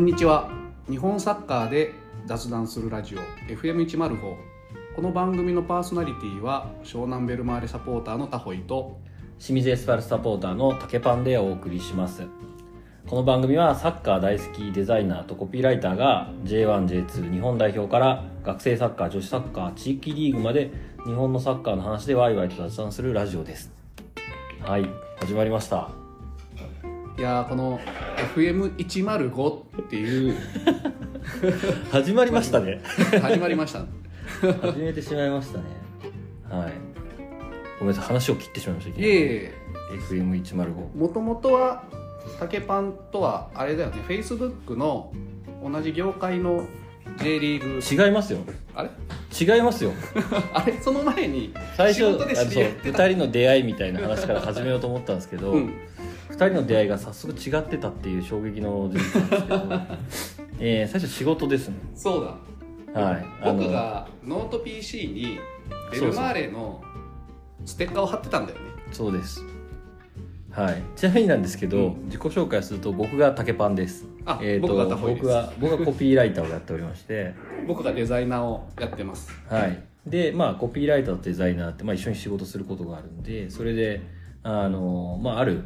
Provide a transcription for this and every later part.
にちは日本サッカーで雑談するラジオ FM105 この番組のパーソナリティは湘南ベルマーレサポーターのタホイと清水エスパルスサポーターの竹パンでお送りしますこの番組はサッカー大好きデザイナーとコピーライターが J1J2 日本代表から学生サッカー女子サッカー地域リーグまで日本のサッカーの話でワイワイと雑談するラジオですはい始まりましたいやーこの FM105 っていう始まりましたね始まりま した始めてしまいましたねはいごめんなさい話を切ってしまいましたいきいなえいりえ FM105 もともとは竹パンとはあれだよね Facebook の同じ業界の J リーグ違いますよあれ 違いますよあれその前に最仕初事で知あのりそう合ってた2人の出会いみたいな話から始めようと思ったんですけど、うん2人の出会いが早速違ってたっていう衝撃の事実なんですけど、 えー最初仕事ですねそうだはいあの僕がノート PC にベルマーレのステッカーを貼ってたんだよねそうですはいちなみになんですけど、うん自己紹介すると僕が竹パンですあえー僕がタホイです僕は僕はコピーライターをやっており まして僕がデザイナーをやってますはい、でまあコピーライターとデザイナーって、まあ、一緒に仕事することがあるんでそれであの、まあ、ある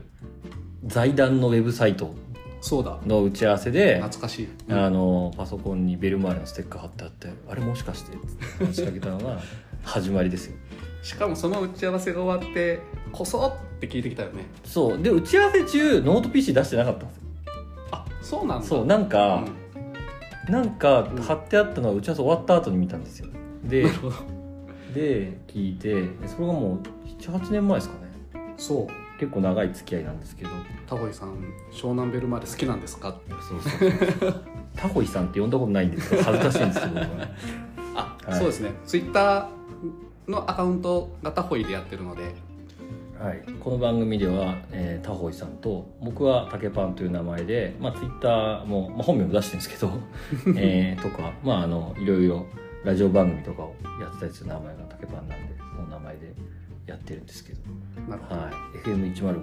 財団のウェブサイトそうだの打ち合わせで、懐かしい、うんあのパソコンにベルマーレのステッカー貼ってあってあれもしかしてって話しかけたの が始まりですよしかもその打ち合わせが終わってこそって聞いてきたよねそうで打ち合わせ中ノート PC 出してなかったんですよあそうなんだそうなんか、うなんかうん貼ってあったのは打ち合わせ終わった後に見たんですよんでなるほどで聞いてそれがもう78年前ですかねそう結構長い付き合いなんですけどタホイさん湘南ベルマーレ好きなんですかそうそうそう タホイさんって呼んだことないんですけど恥ずかしいんですけど僕はあ、はいそうですねツイッターのアカウントがタホイでやってるのではい、この番組では、えー、タホイさんと僕は竹パンという名前で、まあ、ツイッターも、まあ、本名も出してるんですけ ど、えーとか、まあ、あのいろいろラジオ番組とかをやってたりする名前が竹パンなんでその名前でやってるんですけど、なるほど、はい、FM105 という名前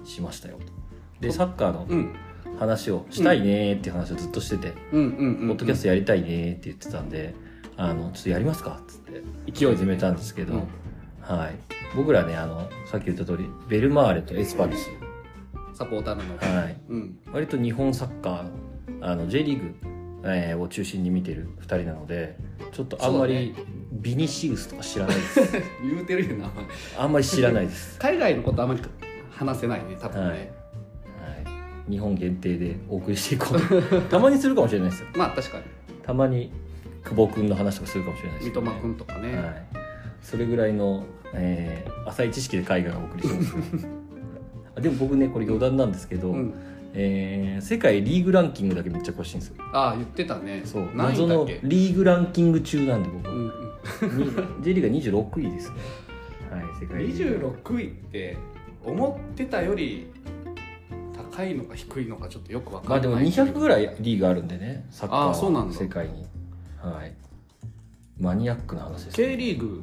にしましたよとでサッカーのうん話をしたいねーっていう話をずっとしてて、うんうんうん、うん、ポッドキャストやりたいねーって言ってたんで「あのちょっとやりますか」っつって勢い始めたんですけど、うんはい、僕らねあのさっき言った通りベルマーレとエスパルス、サポーターなので、はい、うん割と日本サッカーあの J リーグ、えーを中心に見てる2人なのでちょっとあんまりビニシウスとか知らないです、 言うてるよなあんまり知らないです、海外のことあまり話せないね多分ね、はいはい、日本限定でお送りしていこうたまにするかもしれないですよまあ確かにたまに久保君の話とかするかもしれないです三けどね笘君とかね、はい、それぐらいの、えー浅い知識で海外をお送りし ます、あでも僕ねこれ余談なんですけど、うん、えー世界リーグランキングだけめっちゃ詳しいんですよああ言ってたねそう何位謎だっのけ、リーグランキング中なんで 僕、うんうん、に J リーグが26位ですねはい世界リーグ26位って思ってたより高いのか低いのかちょっとよく分まかあんでないも200ぐらいリーグあるんでねサッカーはあーそうなんだ世界にはいマニアックな話です、 K ね、リーグ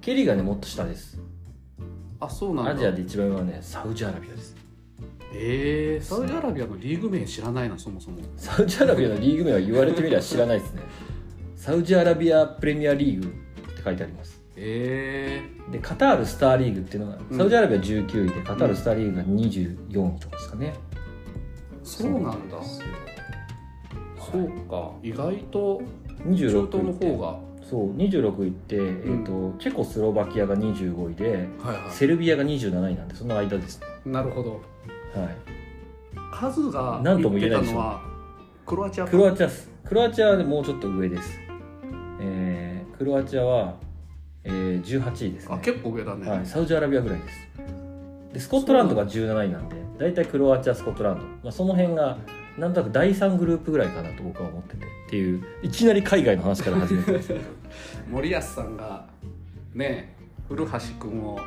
K リーグはねもっと下ですあそうなんだアジアで一番上はねサウジアラビアですえー、サウジアラビアのリーグ名知らないなそもそもサウジアラビアのリーグ名は言われてみれば知らないですね。サウジアラビアプレミアリーグって書いてあります。えで、カタールスターリーグっていうのが、うんサウジアラビア19位で、カタールスターリーグが24位とかですかね。ー、そうなんだですよそうか意外と中東の26位方が。がそう、26位って、えっとチェコスロバキアが25位で、はいはセルビアが27位なんで、その間ですね。いなるほどはい。カズがなん言ともっ言てえなたいでしょのはクロアチアかクロアチアです。クロアチアはねもうちょっと上です。えー、クロアチアは、えー、18位ですね。あ結構上だね、はい、サウジアラビアぐらいですでスコットランドが17位なんで大体クロアチアスコットランド、まあ、その辺がなんとなく第3グループぐらいかなと僕は思っててっていういきなり海外の話から始 めてます森保さんがね古橋君を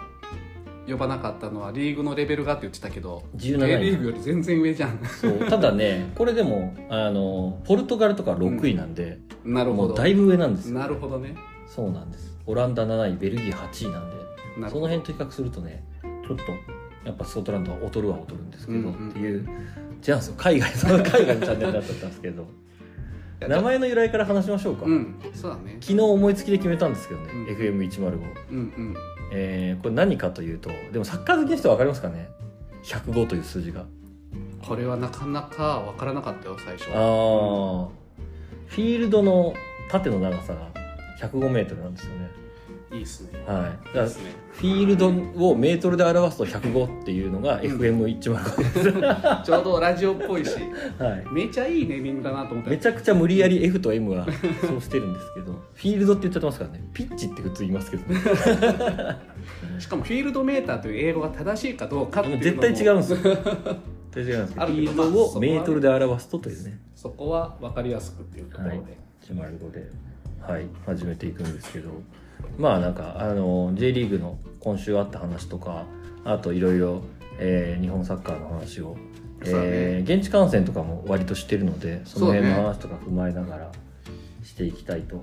呼ばなかったのはリーグのレベルがって言ってたけど J リー17グ位より全然上じゃん そうただねこれでもあのポルトガルとか6位なんで、なるほもどうだいぶ上なんですよなるほどねそうなんですオランダ7位ベルギー8位なんでなるそほどの辺と比較するとねちょっとやっぱスコットランドは劣るは劣るんですけど、うんうんっていう違うんですよ海外その海外のチャンネルだったんですけどいや名前の由来から話しましょうか、うんそうだね昨日思いつきで決めたんですけどね、うん FM105、うんうんえーこれ何かというとでもサッカー好きな人は分かりますかね105という数字がこれはなかなか分からなかったよ最初あーフィールドの縦の長さが105メートルなんですよねいいっすねはいいいだっからすねフィールドをメートルで表すと105っていうのが FM105 です、 ちょうどラジオっぽいしはい、めちゃいいネーミングだなと思っためちゃくちゃ無理やり F と M はそうしてるんですけどフィールドって言っちゃってますからねピッチって普通言います けどねしかもフィールドメーターという英語が正しいかどうかっていうのも絶対違うんですよ絶対違うんですけどあフるィけどまあそールドこをはメートルで表すとというねそこは分かりやすくっていうところで、はい105で、はい、始めていくんですけどまあなんかあの J リーグの今週あった話とかあといろいろえー日本サッカーの話を、そうだねえー現地観戦とかも割としてるのでその辺のそうだね話とか踏まえながらしていきたいと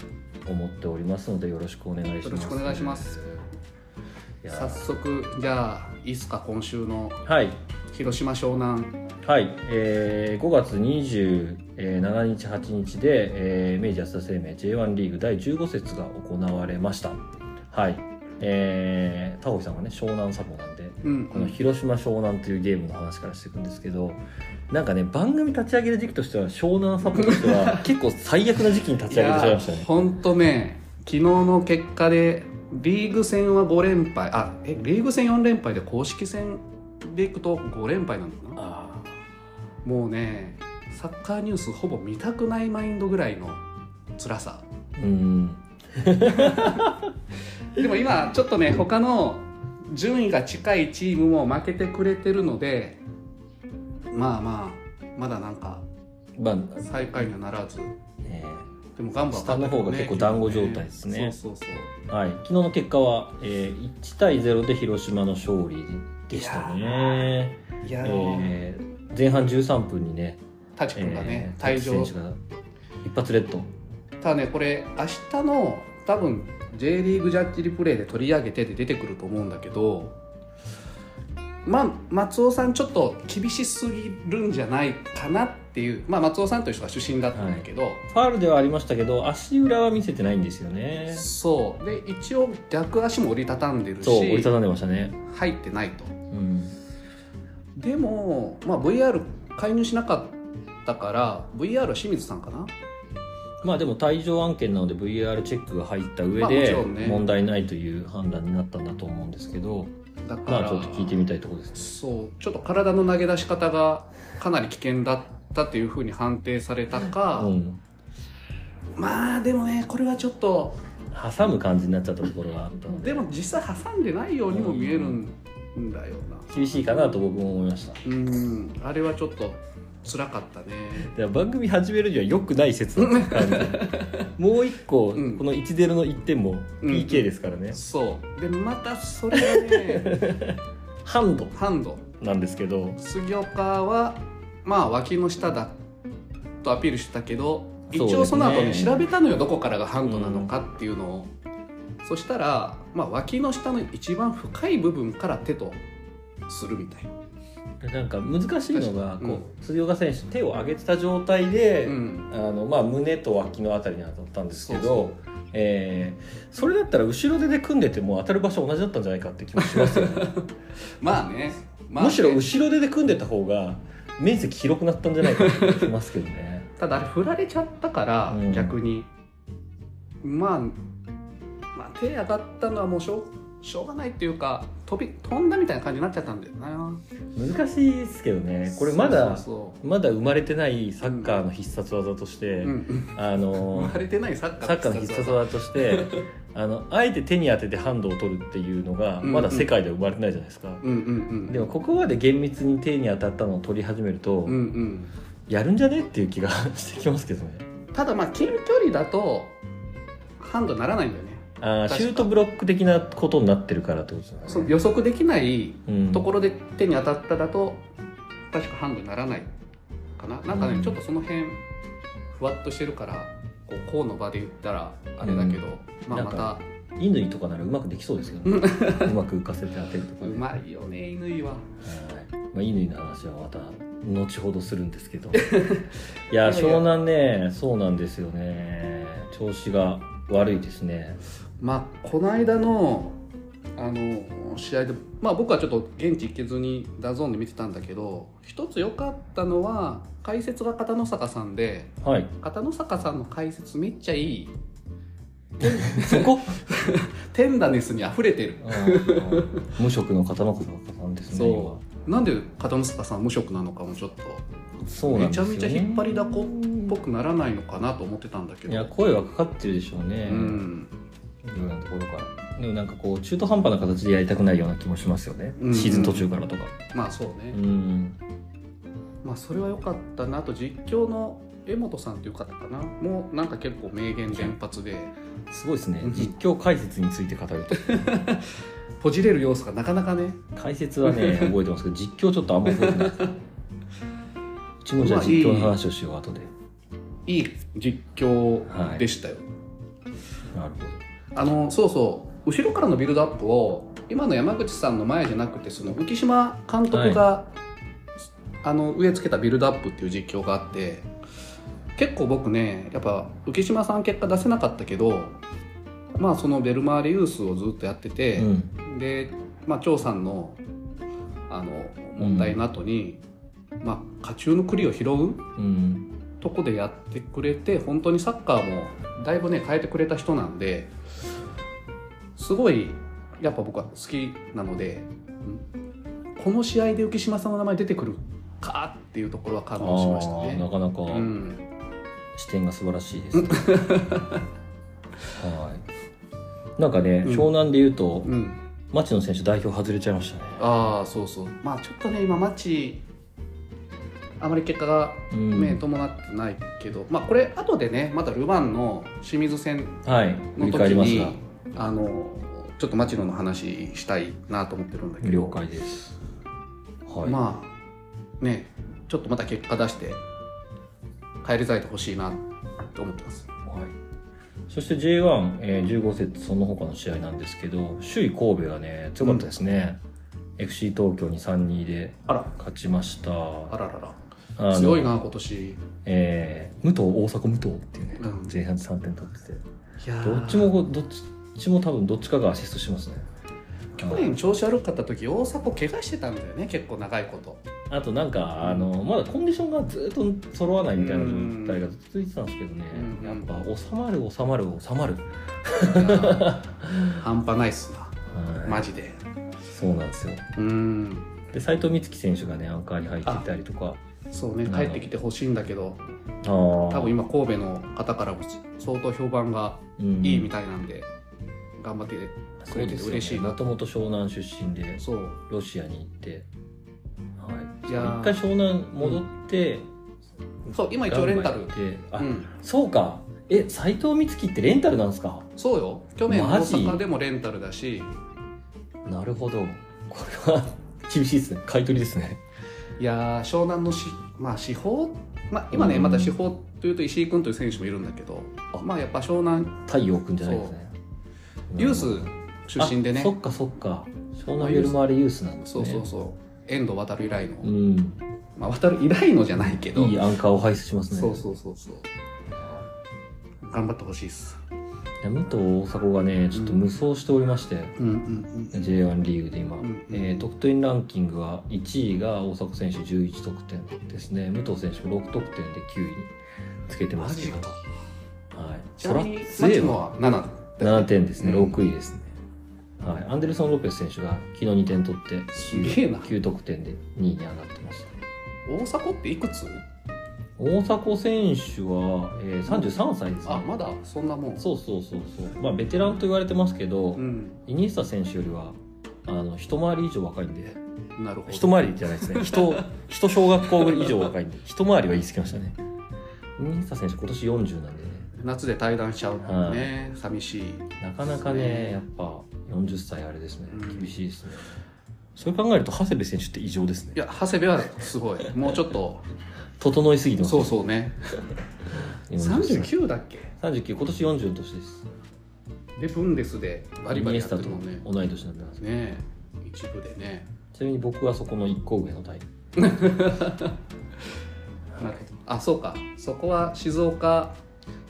思っておりますのでよろしくお願いします。よろしくお願いしますいや早速じゃあいいっすか今週のはい広島湘南はい、えー5月27日、8日で、えー明治安田生命 J1 リーグ第15節が行われました。はい、えー、田堀さんがね、湘南サポなんで、うんこの広島湘南というゲームの話からしていくんですけど、なんかね、番組立ち上げる時期としては、湘南サポとしては 結構最悪な時期に立ち上げてしまいましたね。本当ね昨日の結果でリーグ戦は5連敗あえリーグ戦4連敗で公式戦でいくと5連敗なんだなあーもうねサッカーニュースほぼ見たくないマインドぐらいの辛さうん、でも今ちょっとね他の順位が近いチームも負けてくれてるのでまあまあまだなんかまあ、最下位にはならずねでもガンバは下の方が結構団子状態ですねそうそうそはい、昨日の結果は、えー1対0で広島の勝利でしたいやね。ういやーえー前半13分にね、タチ君がね、えー退場選手が一発レッド、ただねこれ明日の多分 J リーグジャッジリプレイで取り上げてで出てくると思うんだけどまあ松尾さんちょっと厳しすぎるんじゃないかなっていうまあ松尾さんという人が主審だったんだけど、ファールではありましたけど、足裏は見せてないんですよね。そうで一応逆足も折りたたんでるそう、折りしたたんでましたね。入ってないとうん、でも、まあ、VR 介入しなかったから VR は清水さんかなまあでも退場案件なので VAR チェックが入った上まあもちでろんね問題ないという判断になったんだと思うんですけど、だからまあちょっと聞いてみたいところです。そうちょっと体の投げ出し方がかなり危険だったっていうふうに判定されたか、うん、まあでもねこれはちょっと挟む感じになっちゃったところがあったのででも実際挟んでないようにも見えるんだよな厳しいかなと僕も思いました。うんあれはちょっと辛かったねだから番組始めるには良くない説なんですよ完全にもう一個、うんこの1ゼ0の1点もうん PK ですからね、そうでまたそれがね ハンドハンドなんですけど杉岡はまあ脇の下だとアピールしてたけど一そうで応すそねの後に調べたのよどこからがハンドなのかっていうのを、そしたら、まあ、脇の下の一番深い部分から手とするみたいな、なんか難しいのが確かこにう、辻岡選手手を上げてた状態で、うん、あのまあ、胸と脇のあたりに当たったんですけどそうそえーそれだったら後ろ手で組んでても当たる場所同じだったんじゃないかって気もしますよねまあね、 まあね、むしろ後ろ手で組んでた方が面積広くなったんじゃないかって気もしますけど ねただあれ振られちゃったから、うん逆にまあ、まあ、手上がったのはもうしょうしょうがないっていうか飛び飛んだみたいな感じになっちゃったんだよな難しいですけどねこれまだそうまだ生まれてないサッカーの必殺技としそて、うそううんあの 生まれてないサッカーサッカーの必殺技としてあのあえて手に当ててハンドを取るっていうのがうんまだ世界では生まれてないじゃないですか、うんうんうんでもここまで厳密に手に当たったのを取り始めると、うんうんやるんじゃねっていう気が してきますけどねただまあ近距離だとハンドならないんだよねあー確かシュートブロック的なことになってるからってことですよねその予測できないうんところで手に当たっただと確かハンドにならないかななんかね、うんちょっとその辺ふわっとしてるからこうこうの場で言ったらあれだけど、まあなんまかた乾とかならうまくできそうですけどねうまく浮かせて当てるとうかね、はいまいよね乾はまあ、乾の話はまた後ほどするんです けどいやいいやや湘南ねそうなんですよね調子が悪いですねまあ、この間のあの試合で、まあ、僕はちょっと現地行けずにダゾーンで見てたんだけど一つ良かったのは解説が片野坂さんではい片野坂さんの解説めっちゃいいそこ テンダネスに溢れてる無職の方のことなんですねそなんで片野坂さん無職なのかもちょっと今そうなんめでちすよゃねめちゃ引っ張りだこっぽくならないのかなと思ってたんだけいやど声はかかってるでしょううね、んいろんなところからでもなんかこう中途半端な形でやりたくないような気もしますよね、うんシーズン途中からとかまあそうね、うんまあそれは良かったなあと実況の江本さんっていう方かなもうなんか結構名言連発ですごいですねうん実況解説について語るとポジれる要素がなかなかね解説 はね覚えてますけど実況ちょっとあんま覚えてないうちもじゃあまあ実況の話をしよう後でいい実況でしたよ、なるあのそうそう後ろからのビルドアップを今の山口さんの前じゃなくてその浮島監督が、あの植え付けたビルドアップっていう実況があって結構僕ねやっぱ浮島さん結果出せなかったけどまあそのベルマーレユースをずっとやってて、ほど、うん、で、まあ、張さんのあの問題の後に、まあ、下中の栗を拾ううん、とこでやってくれて本当にサッカーもだいぶね変えてくれた人なんですごいやっぱ僕は好きなのでうんこの試合で浮島さんの名前出てくるかっていうところは感動しましたあーなね。かなかうん、視点が素晴らし いです、はいなんかね、うん湘南でいうとうん、町野選手代表外れちゃいましたねああそうそうまあちょっとね今マッチあまり結果がうん目伴ってないけど、まあこれ後でねまたルヴァンの清水戦はい振のり時返りますにがあのちょっと町野の話したいなと思ってるんだけど了解ですはい、まあねちょっとまた結果出して帰り咲いてほしいなと思ってますはい、そして J115、えー15節その他の試合なんですけど首位神戸がね強かったですね、FC 東京に3-2であら勝ちましたあららあらの強いな今年いえー武藤大迫武藤っていうね、うん前半3点取っててやーどっちもどっちも多分どっちかがアシストしますね去年調子悪かった時大迫怪我してたんだよね結構長い ことあとなんかあのまだコンディションがずっと揃わないみたいな状態がずっと続いてたんですけどねうんやっぱ収まる収まる収まる、いやー半端ないっすなはいマジでそうなんですようんで斉藤美月選手がねアンカーに入っていたりとかそうね帰ってきてほしいんだけど多多分今神戸の方からも相当評判がいいみたいなんで、頑張ってくれてて嬉しいなもともと湘南出身でそうロシアに行って、はい、いやー一回湘南戻って、そう今一応レンタルガンバ行ってあ、うん、そうかえ斉藤美月ってレンタルなんですかそうよ去年マ大ジ阪でもレンタルだしなるほどこれは 厳しいですね買い取りですねいやー湘南のし、まあ、司法、まあ、今ね、うんまた司法というと石井君という選手もいるんだけどあまあやっぱ湘南太陽くんじゃないですねユース出身であねそっかそっか湘南ベルマーレユースなんですそねうそうそう遠藤航以来の、うんまあ、渡る以来のじゃないけどいいアンカーを輩出しますねそうそうそうそう頑張ってほしいっすいや武藤大迫がねちょっと無双しておりまして、うんうんうん J1 リーグで今、うんうんえー得点ランキングは1位が大迫選手11得点ですね武藤選手も6得点で9位につけてまマすジけどかはいちなみにそら町強い野わは7だ7点ですね、うん6位ですね、はい、アンデルソン・ロペス選手が昨日2点取ってすげえな9得点で2位に上がってます大迫っていくつ大迫選手は、えー、33歳ですねあまだそんなもんそうそうそうそうまあベテランと言われてますけど、うんイニエスタ選手よりはあの一回り以上若いんでなるほど 一回りじゃないですね 人人小学校以上若いんで一回りは言い過ぎましたねイニエスタ選手今年40なんでね夏で退団しちゃうからね寂しいなかなそかねうですねやっぱ40歳あれですねうん厳しいですね、そう考えると長谷部選手って異常ですいねや長谷部はすご いもうちょっと整いすぎてますそうそうねう39だっけ39今年40の年ですでブンデスでバリバイリニエやスってタるともんね同い年なんでますねえ一部でねちなみに僕はそこの1個上の代なるほどあそうかそこは静岡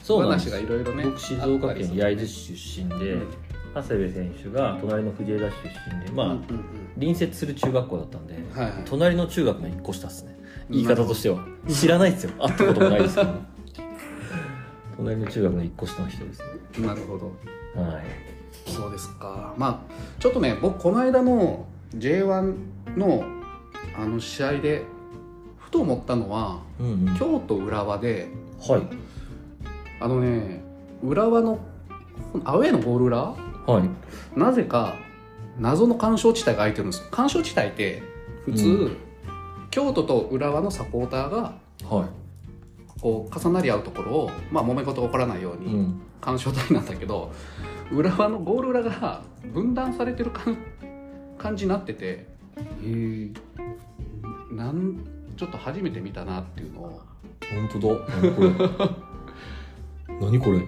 そうなんで話すがいろいろね僕静岡県焼津市出身で、長谷部選手が隣の藤枝市出身でまあ、あったりするうんうん隣接する中学校だったんで、うんはいはい隣の中学の1個下っすね言い方としては知らないですよ会ったこともないです けど隣の中学の1個下の人ですねなるほどはいそうですかまあちょっとね僕この間の J1 のあの試合でふと思ったのはうんうん京都浦和ではいあのね浦和のアウェーのゴール裏はいなぜか謎の干渉地帯が空いてるんです干渉地帯って普通、う京都と浦和のサポーターがはこう重なり合うところをまあ揉め事が起こらないようい、に干渉帯なんだけど、浦和のゴール裏が分断されてる感感じになっててへえなんちょっと初めて見たなっていうのを本当だ何 これ何これ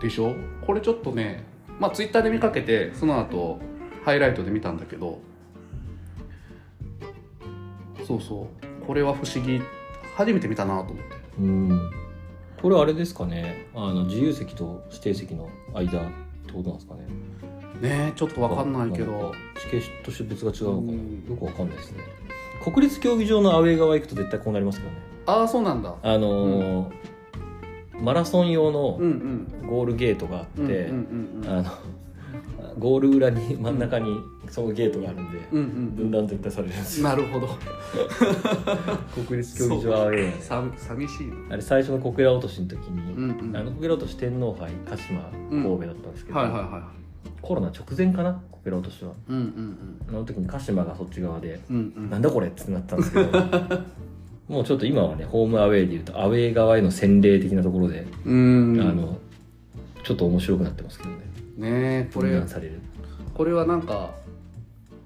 でしょこれちょっとねまあツイッターで見かけてその後ハイライトで見たんだけどそうそうこれは不思議初めて見たなと思ってうんこれあれですかねあの自由席と指定席の間ってことなんですかねねえちょっとわかんないけど地形と出物が違うのかな、うんよくわかんないですね国立競技場のアウェー側行くと絶対こうなりますけどねああそうなんだあのーマラソン用のうんうんゴールゲートがあって、うんうんうんうんあのゴール裏に真ん中にそのゲートがあるんで、うん分断絶対されるんですうんなるほどよ国立競技場アウェーなんですさ寂しいなあれ最初の小倉落としの時に、うんうんあの小倉落とし天皇杯鹿島神戸だったんですけど、はいはいはコロナ直前かな小倉落としはいうんうんあの時に鹿島がそっち側でうんうんうんなんだこれってなったんですけど もうちょっと今はねホームアウェーでいうとアウェー側への洗礼的なところで、うんあのちょっと面白くなってますけどねねえこれ分断されるこれはなんか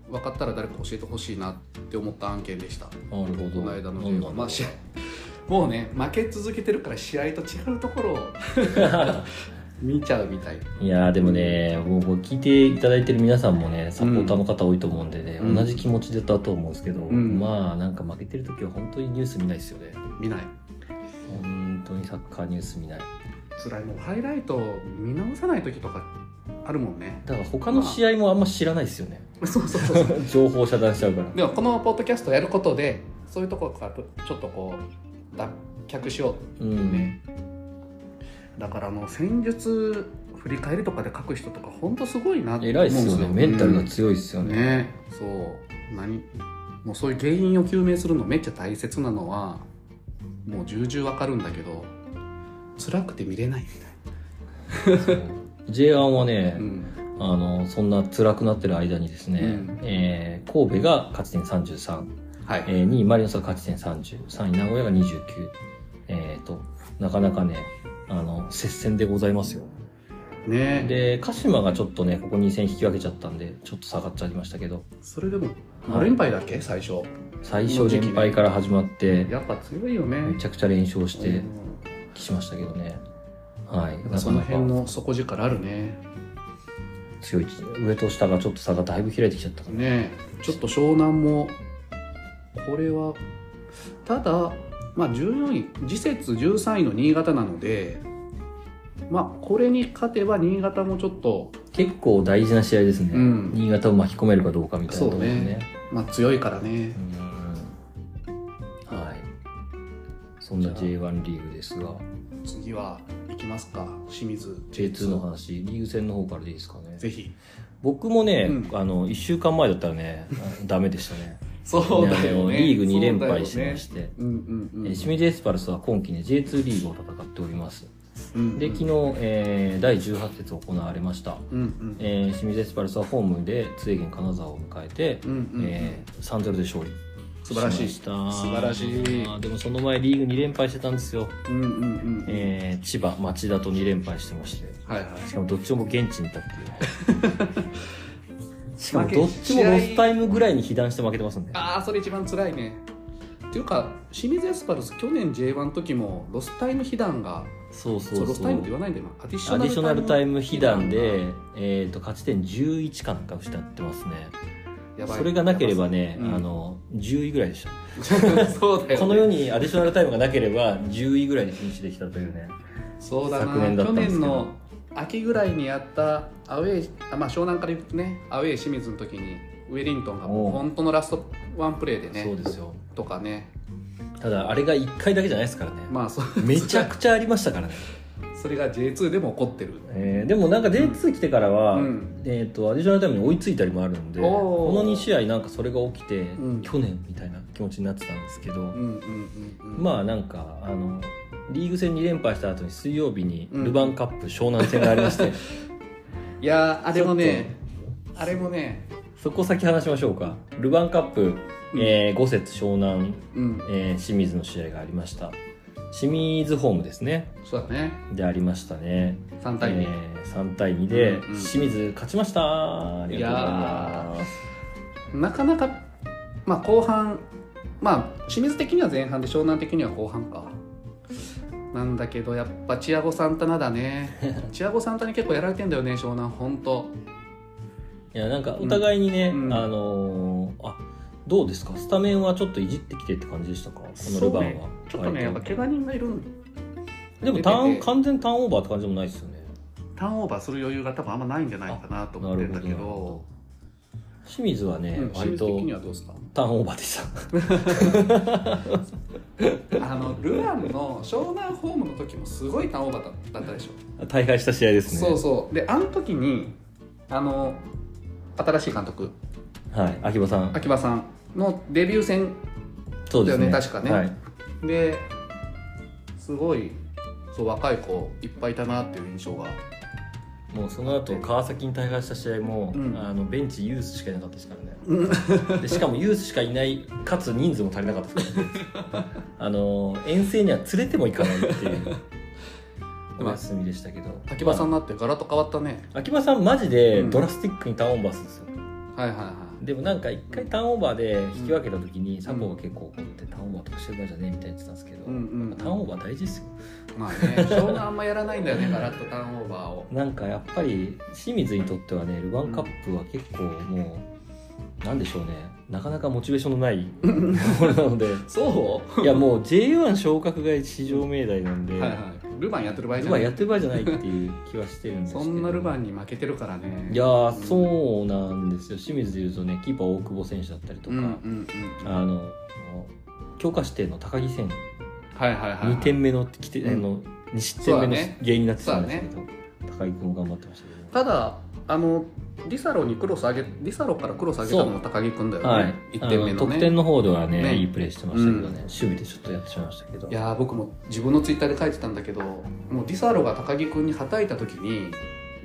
分かったら誰か教えてほしいなって思った案件でしたなるほどこの間のなんだ J1 まあ試合 もうね負け続けてるから試合と違うところを 見ちゃうみたいいやーでもねもうこう聞いていただいてる皆さんもねサポーターの方多いと思うんでね、うん同じ気持ちだったと思うんですけど、うんまあなんか負けてる時は本当にニュース見ないですよね見ない本当にサッカーニュース見ない辛いもうハイライト見直さない時とかあるもんねだから他の試合もあんま知らないですよ ね、そうそうそうそう情報遮断しちゃうからでもこのポッドキャストやることでそういうところからちょっとこう脱却しようってうんね、だからあの戦術振り返りとかで書く人とか本当すごいなって偉いっすよねメンタルがね,、強いっすようん、ね,、ねそう何もうそういう原因を究明するのめっちゃ大切なのはもう重々わかるんだけど辛くて見れないみたい J1 はな、ね、うん、あのそんな辛くなってる間にですね、うんえー神戸が勝ち点33、はい、えー、2位マリノスが勝ち点30、3位名古屋が29、えー、となかなかねあの接戦でございますよねで鹿島がちょっとねここ2戦引き分けちゃったんでちょっと下がっちゃいましたけどそれでも何連敗だっけ最初最初連敗から始まってやっぱ強いよねめちゃくちゃ連勝しうてんきしましたけどね、はいやっぱなそかのな辺かの底力あるね強い上と下がちょっと差がだいぶ開いてきちゃったからねえちょっと湘南もこれはただ、まあ、14位次節13位の新潟なので、まあ、これに勝てば新潟もちょっと、結構大事な試合ですね、うん新潟を巻き込めるかどうかみたいなところですねまあ、強いからねうんはいそんなじゃあ J1 リーグですが次は行きますか清水 J2 の話リーグ戦の方からでいいですかねぜひ僕もね、うんあの1週間前だったら ねあダメでしたねそうだよねいやあのリーグ2連敗してまして、そうだよねうんうんうえん清水エスパルスは今季ね J2 リーグを戦っておりますうんうんで昨日、えー第18節行われました、うんうんえー清水エスパルスはホームで津江源金沢を迎えて、うんうんうんえー、3-0で勝利素晴らしいしまた素晴らしいあーでもその前リーグ2連敗してたんですよ、うんうんうんえー千葉町田と2連敗してましてはいはいしかもどっちも現地にいたっ ていうしかも負けどっちもロスタイムぐらいに被弾して負けてますんでああそれ一番辛いねっていうか清水エスパルス去年 J1 の時もロスタイム被弾がそうそそううロそスタイムってう言わないんだよなアディシアディショョナナルルタタイイムム被被弾弾で、えー、と勝ち点11かなんか失ってますねやばいそれがなければね、うんあの10位ぐらいでし たそうだよ、この世にアディショナルタイムがなければ10位ぐらいでフィニッシュできたというねそうだな昨年だっ去たんですけ年どの秋ぐらいにやったアウェーあ、まあ、湘南から行くとねアウェー清水の時にウェリントンがおう本当のラストワンプレーでそうねですよとかねただあれが1回だけじゃないですからね、まあそ めちゃくちゃありましたからね、それが J2 でも起こってる、えーでもなんか J2 来てからは、うんえー、とアディショナルタイムに追いついたりもあるんでおーこの2試合なんかそれが起きて、うん去年みたいな気持ちになってたんですけど、うんうんうんうん、まあなんかあのリーグ戦2連敗した後に水曜日にうんルヴァンカップ湘南戦がありま して、いやーあれもねあれもねそこ先話しましょうかルヴァンカップ、え5節湘南、うんえー清水の試合がありました清水ホームですねそうだねでありましたね、 3え対2、ー3対2で、うんうん清水勝ちましたありがとうございますなかなか、まあ、後半、まあ、清水的には前半で湘南的には後半かなんだけどやっぱチアゴ・サンタナだ ねチアゴ・サンタナに結構やられてんだよね湘南ほんといやなんかお互いにね、うんあのーあどうですかスタメンはちょっといじってきてって感じでしたかこのルそヴァンうは、ねちょっとねやっぱ怪我人がいるんでもターン完全ターンオーバーって感じでもないですよねターンオーバーする余裕が多分あんまないんじゃないかなと思ってんだけなるどほ清水はね、うん清割水的にはとどうです かターンオーバーでしたあのルアンの湘南ホームの時もすごいターンオーバーだったでしょ大敗した試合ですねそうそうであの時にあの新しい監督はい秋葉さん秋葉さんのデビュー戦そうですねだよね確かねはい、ですごいそう若い子いっぱいいたなっていう印象がもうその後川崎に大敗した試合も、うんあのベンチユースしかいなかったですから ねでしかもユースしかいないかつ人数も足りなかったですから、ね、あの遠征には連れても行かないって いうお休みでしたけど秋葉さんまになってガラッと変わったね、あ秋葉さんマジでうんドラスティックにターンオーバーするんですよ、はいはいはでもなんか一回ターンオーバーで引き分けた時に佐藤が結構怒ってターンオーバーとかしてる場合じゃねえみたいに言ってたんですけど、いうんうんうんターンオーバー大事ですよまあね湘南あんまやらないんだよねガラッとターンオーバーをなんかやっぱり清水にとってはねルヴァンカップは結構もうなんでしょうねなかなかモチベーションのないものなのでそいやもう J1 昇格が至上命題なんで、はいはいルヴァンやってる場合ルじヴゃァなンやっいてる場合じゃないっていう気はしてるんですけそどんなルヴァンに負けてるからねいやーそうなんですよ清水でいうとねキーパー大久保選手だったりとうか、んうんうんあの強化指定の高木選手はいはいはい2点目のきて、うんあの2失点目のそうだね原因になってたんですけど、高木君頑張ってましたけど、ただあのリサロにクロス上げリサロからクロス上げたのも高木君だよね、はい、 1点目あのね得点の方ではねねいいプレーしてましたけどね、守備でちょっとやってしまいましたけどいやー僕も自分のツイッターで書いてたんだけどもうリサーロが高木君にはたいた時に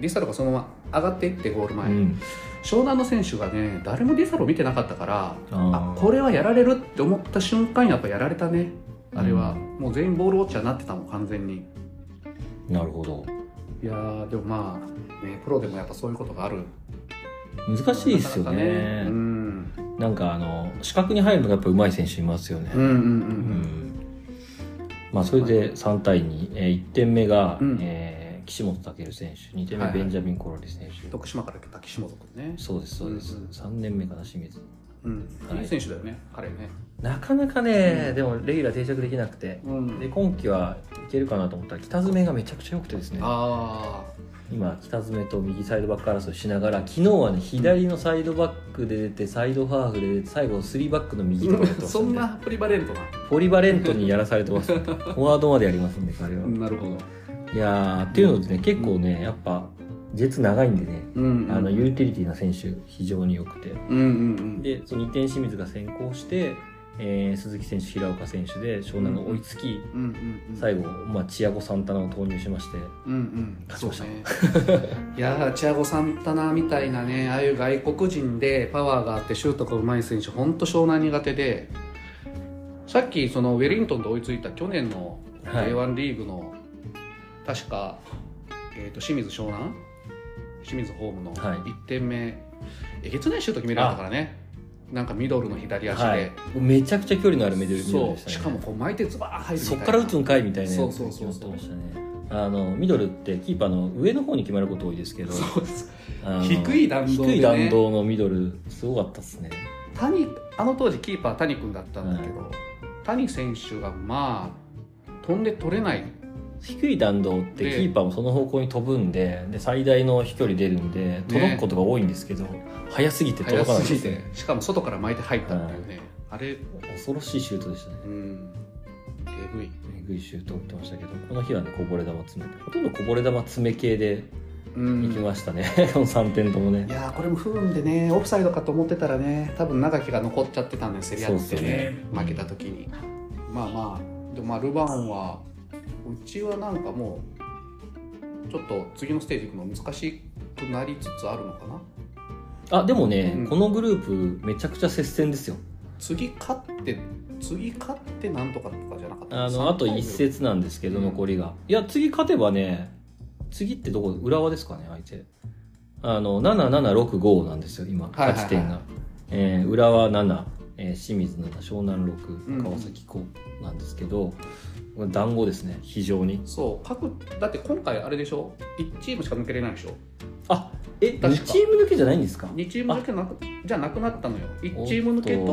リサーロがそのまま上がっていってゴール前、うん、湘南の選手がね誰もリサーロ見てなかったからああーこれはやられるって思った瞬間にやっぱやられたねあれは、うんもう全員ボールウォッチャーになってたもん完全になるほどいやーでもまあ、ね、プロでもやっぱそういうことがある難しいですよなかなねかねうんなんかあの視覚に入るのがやっぱ上手い選手いますよね、うんうんうんううんまあ、それで3対2、えー1点目が、うんえー岸本武選手2点はい目はいベンジャミン・コロリ選手、徳島から来た岸本君ね、そうですそうです、うんうん3年目かな清水うんはいいい選手だよね彼ね、なかなかね、うんでもレギュラー定着できなくてうんで今季はいけるかなと思ったら北詰がめちゃくちゃ良くてですねあ今北詰と右サイドバック争いしながら昨日はね左のサイドバックで出てサイドハーフで出て最後3バックの右とかやって あますそんんでなプリバレントなポリバレントにやらされて ますんでフォワードまでやりますんで彼は、なるほど。いやーっていうのでね結構ねやっぱジェッツ長いんでねうんあのユーティリティな選手非常に良くてうんうんでその2点清水が先行して、えー鈴木選手平岡選手で湘南が追いつき、うん。うんうん。最後。後、まあ、チアゴ・サンタナを投入しましてうんうん。勝ちまそうね。いやー、チアゴ・サンタナみたいなね、ああいう外国人でパワーがあってシュートがうまい選手、ほんと湘南苦手で、さっきそのウェリントンで追いついた去年のはい A1 リーグの、確か、えー、と清水湘南清水ホームのはい1点目、えげつないシュート決められたからね、なんかミドルの左足で。はい、めちゃくちゃ距離のあるメドルミドそルでしうたねしかもこう巻いてズバー入るみたそいっなから打つんかいみたいなそうそうそうやってましたねあのミドルってキーパーの上の方に決まること多いですけどそうですあの低い弾道でね低い弾道のミドルすごかったですね谷あの当時キーパー谷君だったんだけど、谷選手がまあ飛んで取れない低い弾道ってねキーパーもその方向に飛ぶんでで最大の飛距離出るんで届くことが多いんですけど、速すぎて速届かないすでぎすてねしかも外から巻いて入ったっていうね、あれ恐ろしいシュートでしたねうんえぐいえぐいシュート打ってましたけどこの日はねこぼれ球詰めてほとんどこぼれ球詰め系でうんいきましたね、 この3点ともねいやーこれも不運でねオフサイドかと思ってたらね多分長きが残っちゃってたんですよ競り合ってそうっねすね負けた時にまあまあでもまあルヴァンはうちはなんかもうちょっと次のステージ行くの難しくなりつつあるのかなあでもね、うんこのグループめちゃくちゃ接戦ですよ次勝って次勝ってなんとかとかじゃなかったあのあと1節節なんですけどうん残りが、いや次勝てばね次ってどこ浦和ですかね相手あの7765なんですよ今はいはいはい勝ち点が、えー浦和7、えー清水7湘南うん6川崎5なんですけど、これ団子ですね非常にそう各だって今回あれでしょ1チームしか抜けれないでしょあえ確か2チーム抜けじゃないんですか2チームだけなくじゃなくなったのよ1チーム抜けお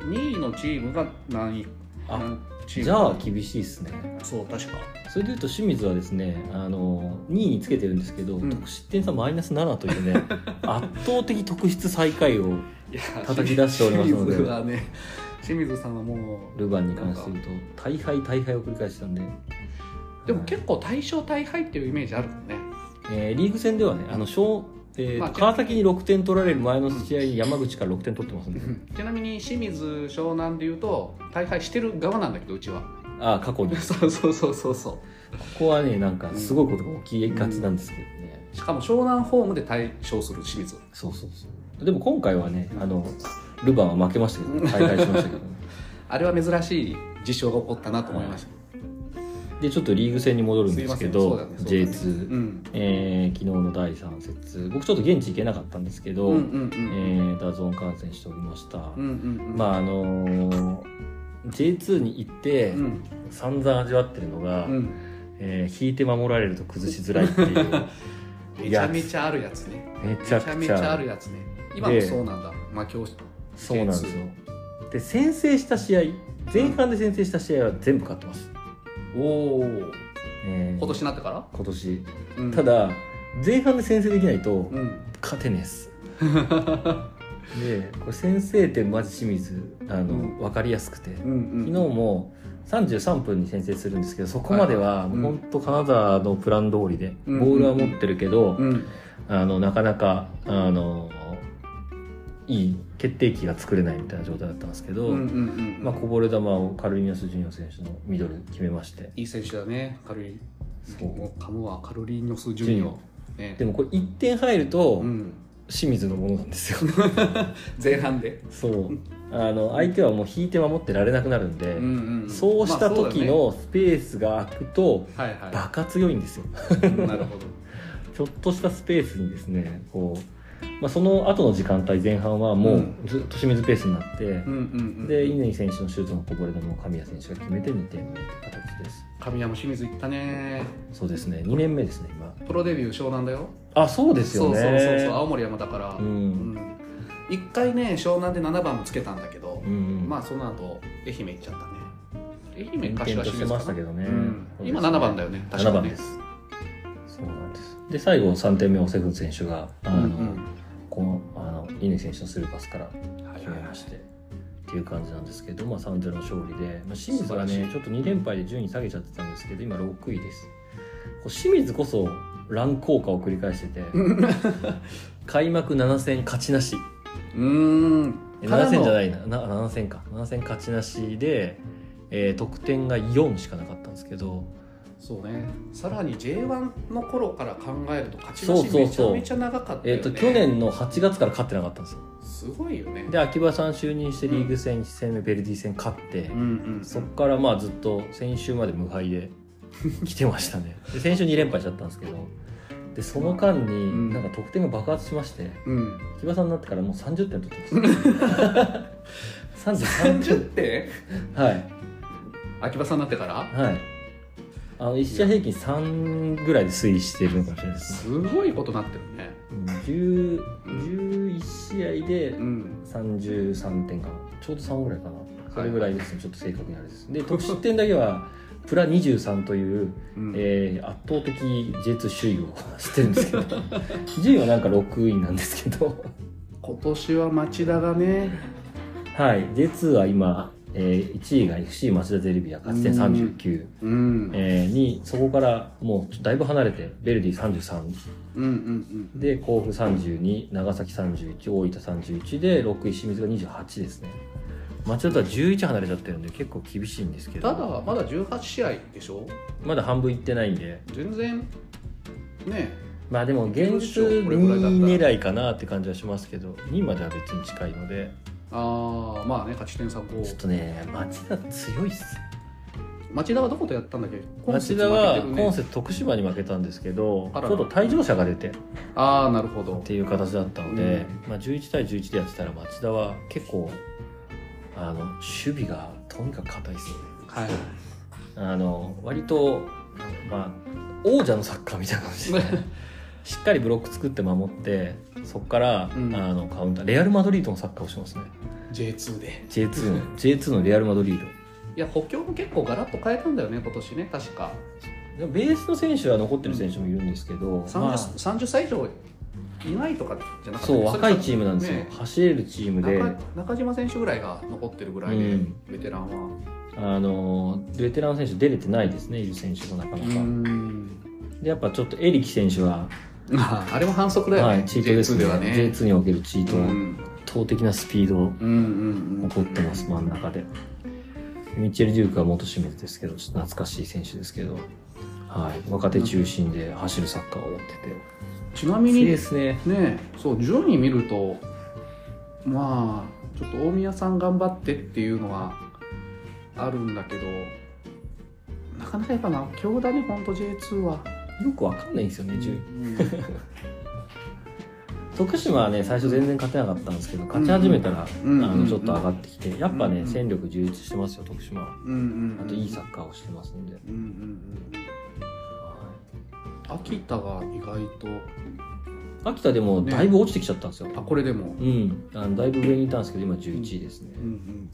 とっ2位のチームが何位あ何チームじゃあ厳しいですねそう確かそれでいうと清水はですねあの2位につけてるんですけど、うん得失点差マイナス7というね 圧倒的特筆最下位をいや叩き出しておりますので清水はね清水さんはもルヴァンに関して言うと大敗大敗を繰り返したんで、うでも結構対象大敗っていうイメージあるもんねえーリーグ戦ではねあの小、えーまあ川崎に6点取られる前の試合、山口から6点取ってますんで、ちなみに清水湘南でいうと大敗してる側なんだけどうちはああ過去にこ そうそうそうそうそうこはねなんかすごいことが起きがちなんですけどね、しかも湘南ホームで対象する清水そうそうそうでも今回はねあのルヴァンは負けましたけど大敗しましたけど、ね、 あれは珍しい事象が起こったなと思いました、でちょっとリーグ戦に戻るんですけどすいませんそうだね J2 うん、えー昨日の第3節僕ちょっと現地行けなかったんですけうど、んうんうんえーダゾーン観戦しておりました、うんうんうんまああのー J2 に行って、うん散々味わってるのが、うんえー引いて守られると崩しづらいっていう めちゃめちゃあるやつねめめちちゃゃくめちちゃゃあるやつね今もそうなんだまあ今日そうなんですよで先制した試合前半で先制した試合は全部勝ってます、おおえー今年になってから、今年うんただ前半で先制できないと、うん勝てねえ っすでこれ先制点マジ清水あの、うん分かりやすくてう昨んうん日も33分に先制するんですけどそこまでははいはい本当金沢のプラン通りで、うんボールは持ってるけど、うんあのなかなかあのいい決定機が作れないみたいな状態だったんですけど、うんうんうんまあ、こぼれ球をカルリーニャス・ジュニア選手のミドル決めましていい選手だねカルリそうもうカムはカロリーニョスジジュュニニアオねでもこれ1点入るとうん、清水のものなんですよ前半で、そうあの相手はもう引いて守ってられなくなるんで、うんうんそうした時、まあのスペースが空くとそうだねはいバカ強いんですよ はいなるほどちょっとしたスペースにですねこう、まあ、その後の時間帯前半はうもうんずっと清水ペースになって、うんうんうんで乾選手のシュートのこぼれ球を神谷選手が決めて2点目という形です神山清水行ったねそうですね2年目ですね今プロデビュー湘南だよあそうですよねそうそうそうそう青森山だから、うんうん一回ね湘南で7番もつけたんだけど、うんうんまあその後愛媛行っちゃったね愛媛転柏々と清して水まかしたなけどね、うんそうです今ね7番だよね確か7ね番ですそうなんですで最後3点目をセフン選手があうの、んうんこのあの乾選手のスルーパスからはい決はめいはまいして、っていう感じなんですけど、まあ、3-0の勝利で、まあ、清水が素晴らねしいちょっと2連敗で順位下げちゃってたんですけど今6位ですこう清水こそ乱降下を繰り返して て開幕7戦勝ちなしうーんえ7戦じゃないいなな7戦か7戦勝ちなしで、えー得点が4しかなかったんですけどそうねさらに J1 の頃から考えると勝ちそう星そうめちそゃうめちゃ長かったよえっねと去年の8月から勝ってなかったんですよすごいよねで秋葉さん就任してリーグ戦1戦目ベルディ戦勝って、うんうんそこからまあずっと先週まで無敗で来てましたねで先週2連敗しちゃったんですけどでその間んになんか得点が爆発しましてうん秋葉さんになってからもう30点取ってます33 30点はい秋葉さんになってからはいあの1試合平均3ぐらいで推移してるのかもしれないですねすごいことなってるね10 11試合でうん33点かなちょうど3ぐらいかなそれぐらいですねちょっと正確にあれですで得得失失点だけはプラ23という、うんえー圧倒的 J2 首位をこなしてるんですけど順位はなんか6位なんですけど今年は町田がねはい、J2 は今、えー1位が FC 町田ゼルビア勝ち点39、うんえー、にそこからもうだいぶ離れてベルディ33うんうんうんで甲府32長崎31大分31で6位清水が28ですね町田とは11離れちゃってるんで結構厳しいんですけどただまだ18試合でしょまだ半分いってないんで全然ねまあでも現実どうしようこれぐらいだった2位狙いかなって感じはしますけど2位までは別に近いのでああまあね勝ち点差ちょっ5とね町田強いっす町田はどことやったんだっけ今町節田負はけてるね今節徳島に負けたんですけど、あららちょっと退場者が出てっああなるほどていう形だったので、うまあ、11対11でやってたら町田は結構あの守備がとにかく硬いですよねはいあの割と、まあ、王者のサッカーみたいな感 じでしっかりブロック作って守ってそこから、うんあのカウンターレアル・マドリードのサッカーをしてますね J2 で J2 の J2 のレアル・マドリードいや補強も結構ガラッと変えたんだよね今年ね確かでもベースの選手は残ってる選手もいるんですけど、 30,、まあ30歳以上いないとかじゃなかったそう若いチームなんですよ、ね走れるチームで中中島選手ぐらいが残ってるぐらいで、うんベテランはあのベテラン選手出れてないですねいる選手もなかなか、んでやっぱちょっとエリキ選手は、まああれも反則だよね、はい、チートですね J2 ではね J2 におけるチートうはん圧倒的なスピードをうんうんうん残ってます真ん中でミッチェル・デュークは元清水ですけどちょっと懐かしい選手ですけど、はい、若手中心で走るサッカーをやっててちなみいいにでねすねそう順位見るとまあちょっと大宮さん頑張ってっていうのはあるんだけどなかなかやっぱな強打ね本当 J2 は、よくわかんないんですよね順位うん 徳島はね最初全然勝てなかったんですけど勝ち始めたら、うんうあんうのんちょっと上がってきてやっぱね、うん戦力充実してますよ徳島はうんうんうんあといいサッカーをしてますんで、うんうんうんうん秋田が意外と秋田でもだいぶ落ちてきちゃったんですよ、あこれでも、うんあのだいぶ上にいたんですけど今11位ですね、うんうん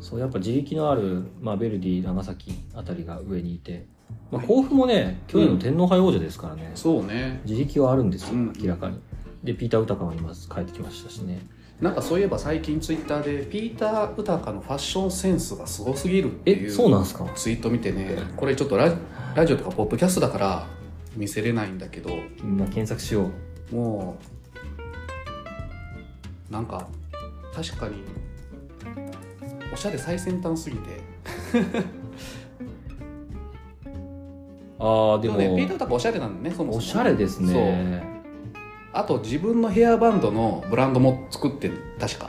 そうやっぱ自力のある、まあ、ベルディ長崎あたりが上にいて、まあ、甲府もね去年の天皇杯王者ですからね、そうね自力はあるんですようん明らかに、でピーター・ウタカも今帰ってきましたしねなんかそういえば最近ツイッターでピーター・ウタカのファッションセンスがすごすぎるっていえうそうなんですかツイート見てねこれちょっとララジオとかポッドキャストだから見せれないんだけどみんな検索しようもうなんか確かにおしゃれ最先端すぎてああででももねピーター・ウタカおしゃれなんだねそもそもおしゃれですそうねあと自分のヘアバンドのブランドも作ってる確か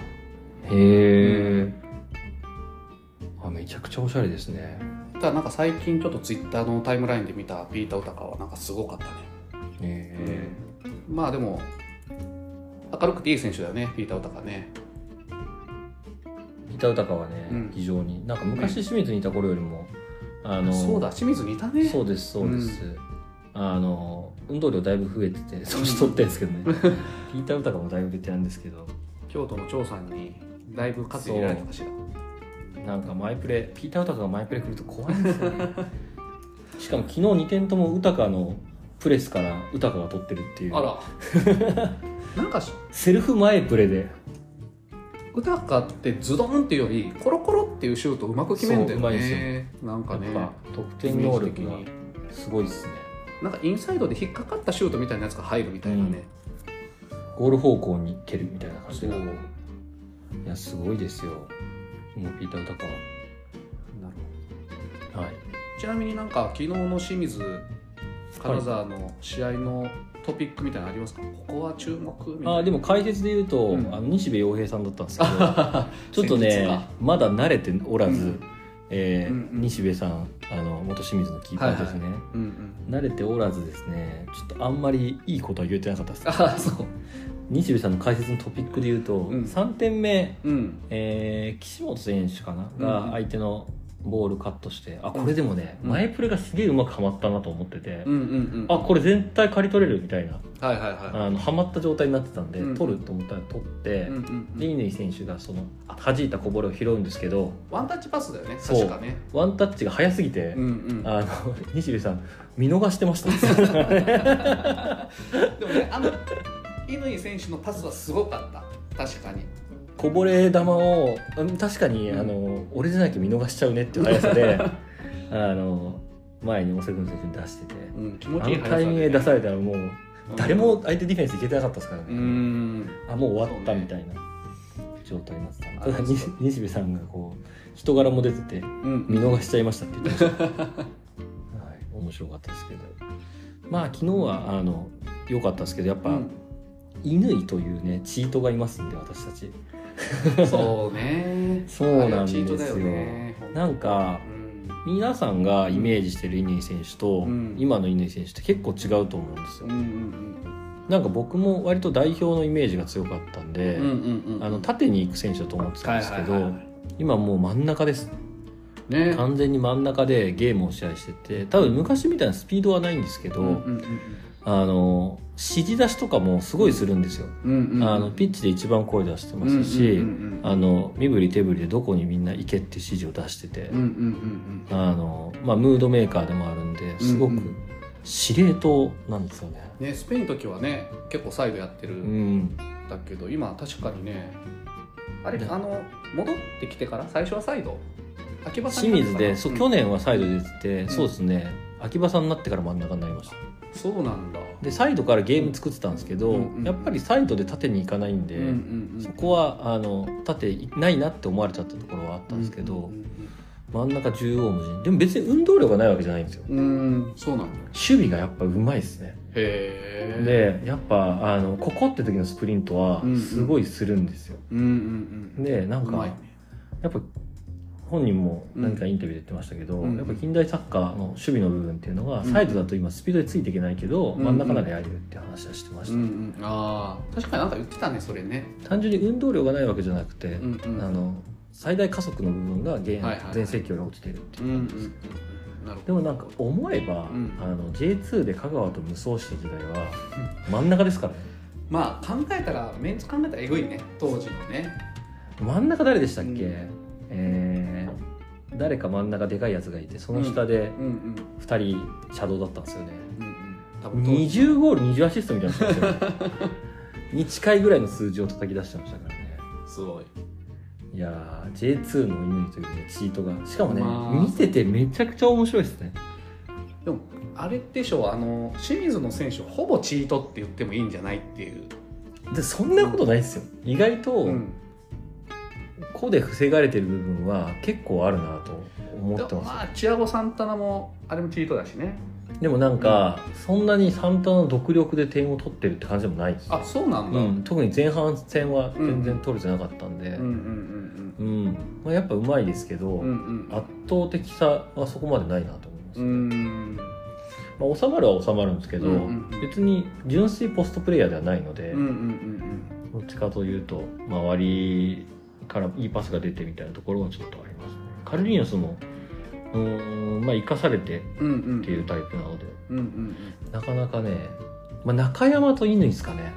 へえ、あめちゃくちゃおしゃれですねただなんか最近ちょっとツイッターのタイムラインで見たピーター・ウタカはなんかすごかったねへまあでも明るくていい選手だよねピーター・ウタカねえピーター・ウタカはね、うん非常になんか昔清水にいた頃よりも、あのそうだ清水にいたねそうですそうです、あの運動量だいぶ増えてて年取ってんですけど ねピーター・ウタカもだいぶベテランですけど京都の長さんにだいぶ活入れられたかしらなんかマイプレーピーター・ウタカがマイプレー来ると怖いんですよね しかも昨日2点ともウタカのプレスからウタカが取ってるっていうあら なんかしセルフ前プレーでウタカってズドンっていうよりコロコロっていうシュートうまく決めんだよそううまいねなんかやっねぱ得点能力がすごいですねなんかインサイドで引っかかったシュートみたいなやつが入るみたいなね、ゴール方向に蹴るみたいな感じでそういやすごいですよもうピーター・ウタカなるほははいどちなみになんか昨日の清水金沢の試合のトピックみたいなのありますか、ここは注目みたいなあーでも解説で言うと、うんあの西部洋平さんだったんで すけどちょっと先日ねがまだ慣れておらず、うんえーうんうん西部さんあの元清水のキーパーですね、うんうん慣れておらずですねちょっとあんまりいいことは言えてなかったです あそう西部さんの解説のトピックで言うと、うん3点目、うんえー岸本選手かなうんが相手のボールカットしてあこれでもね、うん前プレがすげえうまくはまったなと思ってて、うんうんうんあこれ全体刈り取れるみたいなはいはいはあのはまった状態になってたんで、うん取ると思ったら取って、い、うんうんうリん、ーネイ選手がその弾いたこぼれを拾うんですけどワンタッチパスだよねそう確かねワンタッチが速すぎて、うんうん、あの 西部さん見逃してました でもねあの乾選手のパスはすごかった確かにこぼれ球をうん確かに、うんあの俺じゃなきゃ見逃しちゃうねっていう速 さであの前にオセグン選手に出してて、うん、気持あちいいのタイミングで出されたらもう誰も相手ディフェンスいけてなかったですからね、うんうんあもう終わったみたいな状態になってたんであただにそう西部さんがこう人柄も出ててうん見逃しちゃいましたって言ってました、はい、面白かったですけどまあ昨日はあの良かったですけどやっぱ、乾というねチートがいますんで私たちうん、そうねそうなあれんですよはチートだよねなんかうん皆さんがイメージしてる乾選手と、うん今の乾選手って結構違うと思うんですうよんうんなんか僕も割と代表のイメージが強かったんで、うんうんうんうんあの縦に行く選手だと思ってたんですけど、はいはいはいはい今もう真ん中ですね完全に真ん中でゲームを試合してて多分昔みたいなスピードはないんですけど、うんうんうんあの指示出しとかもすごいするんですよ、うんうんうんあのピッチで一番声出してますし、うんうんうんあの身振り手振りでどこにみんな行けって指示を出してて、うんうんうんあのまあ、ムードメーカーでもあるんですごうくんうん司令塔なんですよね。うんねスペインの時はね結構サイドやってるうんん、だけど、今確かにねあれねあの戻ってきてから最初はサイド秋葉さん清になったか水なで、そう去年はサイド出てて、んそうですね秋葉さんになってから真ん中になりましたうんそうなんだでサイドからゲーム作ってたんですけど、うんうんやっぱりサイドで縦に行かないんで、うんうんうんそこはあの縦いないなって思われちゃったところはあったんですけど、うん真ん中縦横無尽でも別に運動量がないわけじゃないんですようんうんうんそうなんだ守備がやっぱうまいですねへえでやっぱあのここって時のスプリントはうんうんすごいするんですよ、うんうんうんでなんうまかいねやっぱ本人も何かインタビューで言ってましたけど、うんやっぱ近代サッカーの守備の部分っていうのが、うんサイドだと今スピードでついていけないけど、うん真ん中ならやれるって話はしてましうた、んうんああ確かになんか言ってたねそれね単純に運動量がないわけじゃなくて、うんうんあの最大加速の部分が減はいはいはい全盛期より落ちてるってういんうううん感んじです、なるほでもなんか思えば、うんあの J2 で香川と無双した時代は真ん中ですからねどまあ考えたらメンツ考えたらえぐいね当時のね真ん中誰でしたっけ、うんえー誰か真ん中でかいやつがいてその下でうんうん2人シャドウだったんですよね、うんうん多分当時20ゴール20アシストみたいなのしてましたよねに近いぐらいの数字を叩き出してましたからねすごいいやー J2 の乾というねチートがしかもね、まあ見ててめちゃくちゃ面白いですねでもあれでしょあの清水の選手ほぼチートって言ってもいいんじゃないっていう、でそんなことないですよ意外と、個で防がれてる部分は結構あるなと思でってもままあチアゴ・サンタナもあれもチートだしねすでもなんかそんなにサンタナの独力で点を取ってるって感じでもないですよあそうなんだ、ううん、ん、特に前半戦は全然取れてなかったんで、うんうんうんまあ、やっぱうまいですけど、うんうんうん圧倒的さはそこまでないなと思います、うんまあ、収まるは収まるんですけど、うんうんうん別に純粋ポストプレイヤーではないので、うんうんうんどっちかというと周りからいいパスが出てみたいなところはちょっとありますねカルリーニョスもうーんまあ生かされてっうんうんうんていうタイプなのでうんうんうんなかなかね、まあ、中山と乾ですかね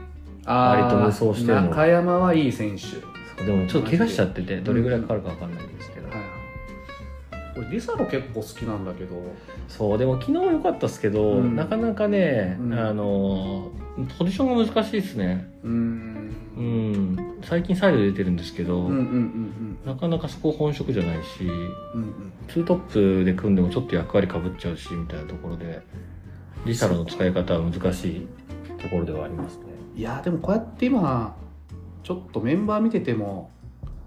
あー割と無双してるの中山はいい選手そうでもちょっと怪我しちゃっててどれぐらいかかるか分かんないんですけど、これリサロ結構好きなんだけどそうでも昨日良かったですけど、うんなかなかね、うんあのポジションが難しいですねうーんううんん最近サイド出てるんですけど、うんうんうんなかなかそこ本職じゃないしうんうんツートップで組んでもちょっと役割かぶっちゃうしみたいなところでリサロの使い方は難しいところではありますねいやーでもこうやって今ちょっとメンバー見てても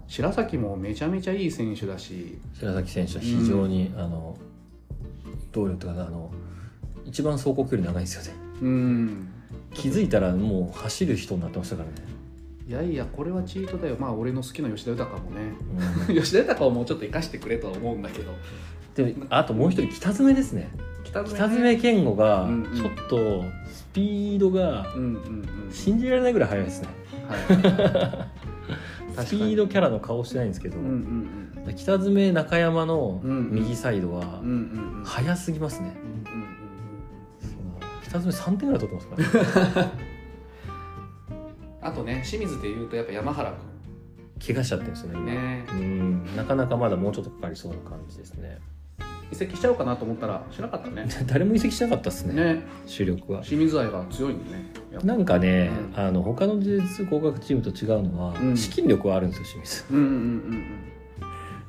白崎もめちゃめちゃいい選手だし白崎選手は非常に、あの動力があの一番走行距離長いんですよねうん気づいたらもう走る人になってましたからね、いやいやこれはチートだよまあ俺の好きな吉田豊もね うん吉田豊をもうちょっと生かしてくれとは思うんだけどでもあともう一人北爪ですね北爪ね北爪健吾がうんうんちょっとスピードがうんうんうん信じられないぐらい速いですねはいかにスピードキャラの顔してないんですけど、うんうん北詰中山の右サイドはうんうんうん速すぎますね、うんうん北詰3点ぐらい取ってます からねうんあとね清水でいうとやっぱ山原怪我しちゃってるんですよね君今ねうんなかなかまだもうちょっとかかりそうな感じですね 移籍しちゃおうかなと思ったらしなかったね誰も移籍しなかったです ねね主力は清水愛が強いんでねやっぱなんかね、うんあの他の技術合格チームと違うのは、うん資金力はあるんですよ清水 うんうんうん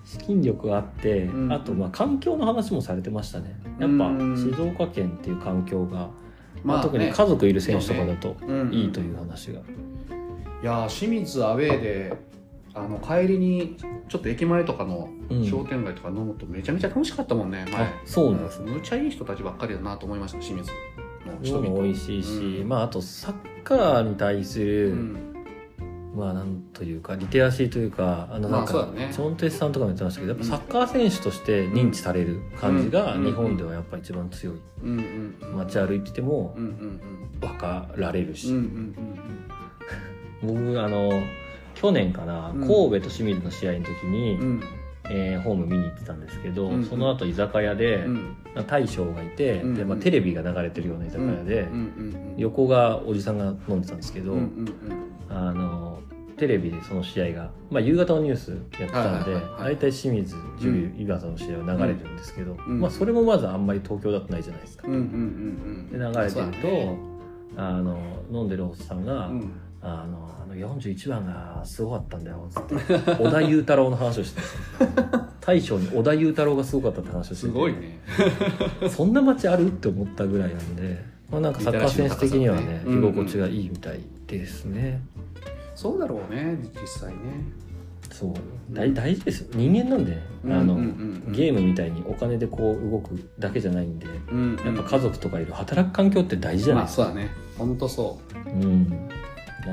資金力があって、うんあとまあ環境の話もされてましたねやっぱうん静岡県っていう環境が、うんまあ、特にね家族いる選手とかだとうんうんいいという話が、いやー清水アウェーであの帰りにちょっと駅前とかのうん商店街とか飲むとめちゃめちゃ楽しかったもんね前あそうなんですねむちゃいい人たちばっかりだなと思いました清水の人量々も美味しいし、うんまあ、あとサッカーに対すうる、んまあなんというかリテラシーというかあのまあなんか、そうだねジョン・テスさんとかも言ってましたけどやっぱうんサッカー選手として認知される感じがうん日本ではやっぱ一番強いうんうんうん街歩いててもうんうん分かられるうんうんうんうし、ん僕あの去年かな、うん神戸と清水の試合の時に、うんえーホーム見に行ってたんですけど、うんその後居酒屋で、うんうんまあ大将がいて、うんでまあ、テレビが流れてるような居酒屋で、うんうん横がおじさんが飲んでたんですけど、うんうんうんあのテレビでその試合が、まあ、夕方のニュースやってたんではいはいはいはい大体、清水樹里岩佐の試合は流れてるんですけど、んまあ、それもまずあんまり東京だとないじゃないですか。うんうんうんでう流んれてそうだると、ねあの飲んでるおっさんが、うんあの「あの41番がすごかったんだよ」つって小田裕太郎の話をして た大将に小田裕太郎がすごかったって話をしてすてごいねそんな街あるって思ったぐらいなんで、まあ、なんかサッカー選手的にはリテラねシー居の高さがね心地がいいみたいですね。そうだろうね実際ねそう大大事ですよ人間なんでねあの、ゲーームみたいにお金でこう動くだけじゃないんでムやっぱ家族とかいる働く環境って大事じゃなまいあですそか、うだね本当そううんな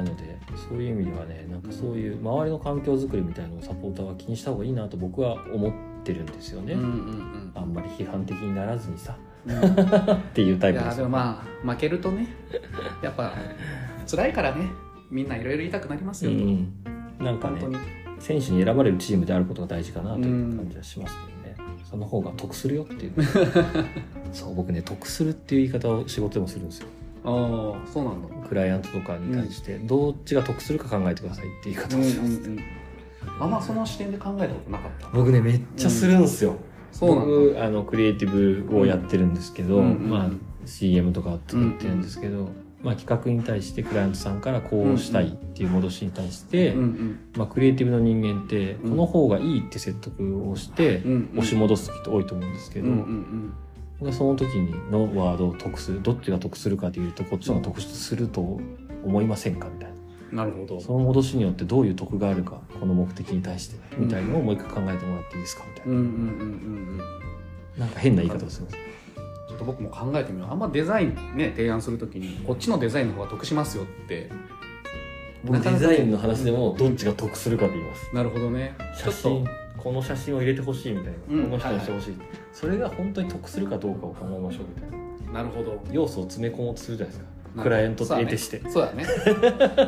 のでそういう意味ではねなんかそういう周りの環境づくりみたいなのをサポーターは気にした方がいいなと僕は思ってるんですよね、うんうんあんまり批判的にならずにさうんうんっていうタイいプでやすでもまあ負けるとねやっぱ辛いからねみんないろいろ言いたくなりますうよ、んうん、なんか本当にね選手に選ばれるチームであることが大事かなという感じはしますけどね、その方が得する よっていうそう僕ね得するっていう言い方を仕事でもするんですよああそうなんだクライアントとかに対して、どっちが得するか考えてくださいっていう言い方をします、あんまその視点で考えたことなかった僕ねめっちゃするんですよ、そうなんだ僕あのクリエイティブをやってるんですけど、うんうんまあ、CM とか作ってるんですけど、まあ、企画に対してクライアントさんからこうしたいっていう戻しに対して、うんうんまあ、クリエイティブの人間ってこの方がいいって説得をしてうんうん押し戻す人多いと思うんですけうんど、うんうん僕はその時にのワードを得するどっちが得するかというとこっちの方が得すると思いませんかみたいななるほどその戻しによってどういう得があるかこの目的に対してみたいなのをもう一回考えてもらっていいですかみたいうんな、うんうんうんうんなんか変な言い方をするんですちょっと僕も考えてみようあんまデザインね提案するときにこっちのデザインの方が得しますよって僕デザインの話でもどっちが得するかと言いますなるほどね写真この写真を入れてほしいみたいな、うんこの人にしてほしい、それが本当に得するかどうかを考えましょうみたいななるほど要素を詰め込もうとするじゃないですかクライアントと得てして、そうだね そうだねなるでも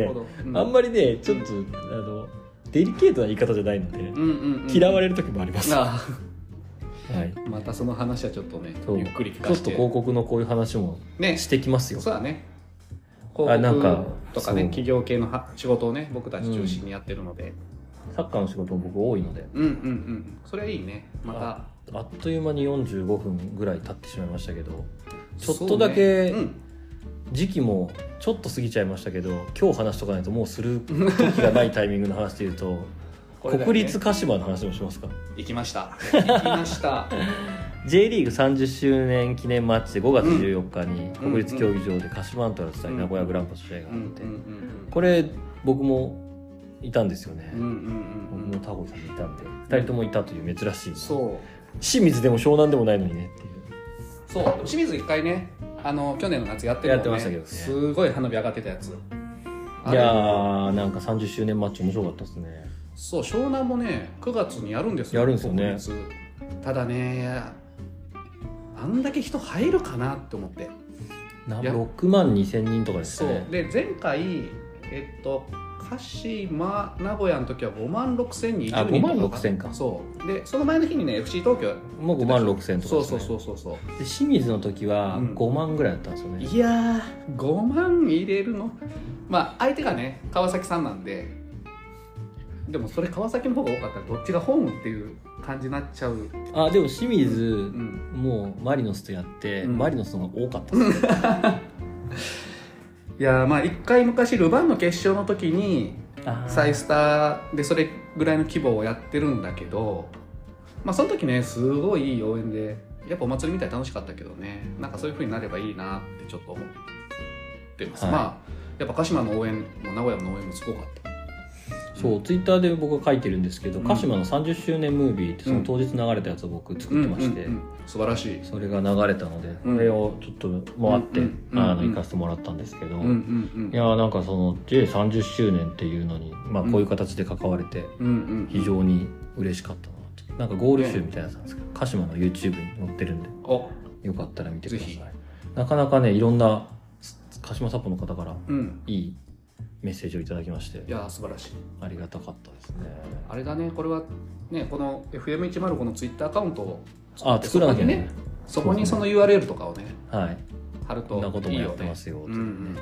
ねほ、ど、あんまりねちょっと、あのデリケートな言い方じゃないので、り、うんうんうん、嫌われれる時もあります、あはい、あまたその話はちょっとねそうゆっくり聞ちょかっせとて広告のこういう話もねしてきますよそうだねあ広なんか告とかねそう企業系のは仕事をね僕たち中心にやってるので、サッカーの仕事も僕多いのでうん、うんうんそれはいいねまたあっという間に45分ぐらい経ってしまいましたけどちょっとだけそうね時期もちょっと過ぎちゃいましたけど今日話しとかないともうする時がないタイミングの話でいうと、 これだよね国立鹿島の話もしますかうん、行きました行きました J リーグ30周年記念マッチで5月14日に国立競技場で鹿島アントラーズ対名古屋グランパスの試合がうあんっうんて、うんこれ僕もいたんですよね、うんうんうんうん僕もタコさんもいたんで2人ともいたという珍しいそう清水でも湘南でもないのにねっていうそう清水一回ねあの去年の夏やってるやってましたけどねすごい花火上がってたやついやーなんか30周年マッチ面白かったですねそう湘南もね9月にやるんですよやるんですよね国立ただねあんだけ人入るかなって思ってないや6万2千人とかですそかうねで前回えっと鹿島名古屋の時は5万6千人あ20人と5万6000かそうでその前の日にね FC 東京もう5万6千とかそでうすそうねそうそうそうで清水の時はうん5万ぐらいだったんですよね、いやー5万入れるのまあ相手がね川崎さんなんででもそれ川崎の方が多かったらどっちがホームっていう感じになっちゃう、あでも清水、うん、もうマリノスとやって、うんマリノスの方が多かったです ねいやーまあ一回昔ルヴァンの決勝の時にあーサイスターでそれぐらいの規模をやってるんだけどまあその時ねすごいいい応援でやっぱお祭りみたいに楽しかったけどねなんかそういう風になればいいなってちょっと思ってます、はいまあやっぱ鹿島の応援も名古屋の応援もすごかったそうツイッターで僕が書いてるんですけど、うん鹿島の30周年ムービーってその当日流れたやつを僕作ってまして、うんうんうん素晴らしいそれが流れたので、うんこれをちょっと回って、うんうんうんあのうん行かせてもらったんですけど、うんうんいやーなんかその J30 周年っていうのに、まあ、こういう形で関われてうんうん非常に嬉しかったなってなんかゴール集みたいなやつなんですけど鹿島の YouTube に載ってるんでおよかったら見てくださいぜなかなかねいろんな鹿島サポの方からうんいいメッセージをいただきましていやー素晴らしいありがたかったですねあれだねこれはねこの FM105 のツイッターアカウントをあ作らなきゃねねそこにその URL とかをねはい貼るとこんなこといいもやよってねますよとうんいううねん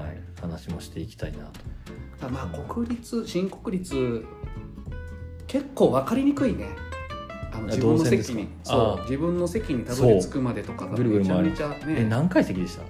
はい話もしていきたいなとただまあ国立新国立結構分かりにくいねあのあ自分の動線です席かにあそうー自分の席にたどり着くまでとかがそうぐるぐるめちゃ回りめちゃえね何階席でした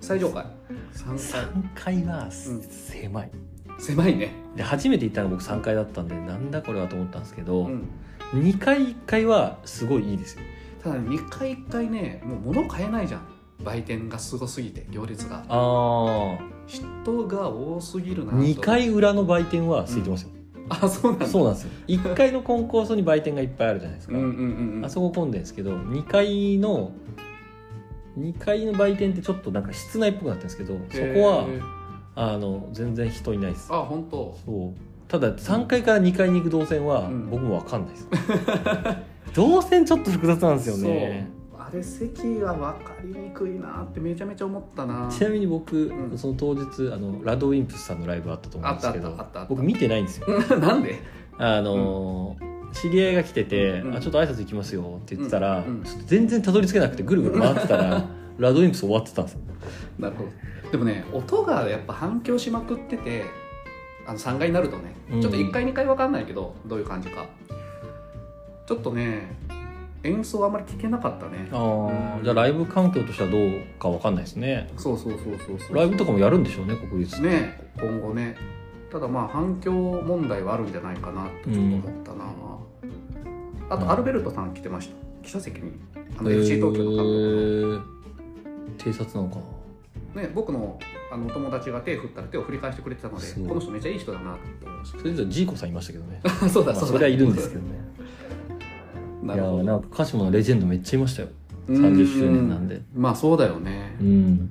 最上階三階3階はすうん狭い狭いねで初めて行ったの僕3階だったんでなんだこれはと思ったんですけど、うん2階1階はすごいいいですよただね2回1回ねもう物買えないじゃん売店がすごすぎて行列があ人が多すぎるなと2階裏の売店は空いてますよ、あそうなんだそうなんですよ1階のコンコースに売店がいっぱいあるじゃないですか、うんうんうんうんあそこ混んでるんですけど2階の2階の売店ってちょっとなんか室内っぽくなってるんですけどそへーこはあの全然人いないですあ本当そうただ3階から2階に行く動線はうん僕も分かんないです、動線ちょっと複雑なんですよねそうあれ席が分かりにくいなってめちゃめちゃ思ったなちなみに僕、んその当日あのラドウィンプスさんのライブあったと思うんですけあったあったあったあっどた僕見てないんですよ なんであのー知り合いが来てて、うんあ「ちょっと挨拶行きますよ」って言ってたうら、んうんちょっと全然たどり着けなくてぐるぐる回ってた らラドウィンプス終わってたんですよなるほどでもね音がやっぱ反響しまくっててあの3階になるとね、うんちょっと1階2階分かんないけどどういう感じかちょっとね演奏あんまり聞けなかったねあうんあじゃあライブ環境としてはどうかわかんないですねそうそうそうそうそうライブとかもやるんでしょうね国立ね今後ねただまあ反響問題はあるんじゃないかなとちょっと思ったな、あうんとアルベルトさん来てました記者席にあのへー FC 東京の監督偵察なのかの、ね、僕のあのお友達が手振ったら手を振り返してくれてたのですごいこの人めっちゃいい人だなって思いましなそれじゃジーコさんいましたけどねた そうまだあそうだ、 それはいるんですけどねいなやるほーどなんか鹿島のレジェンドめっちゃいましたよ30周年なんでうまあそうだよねうん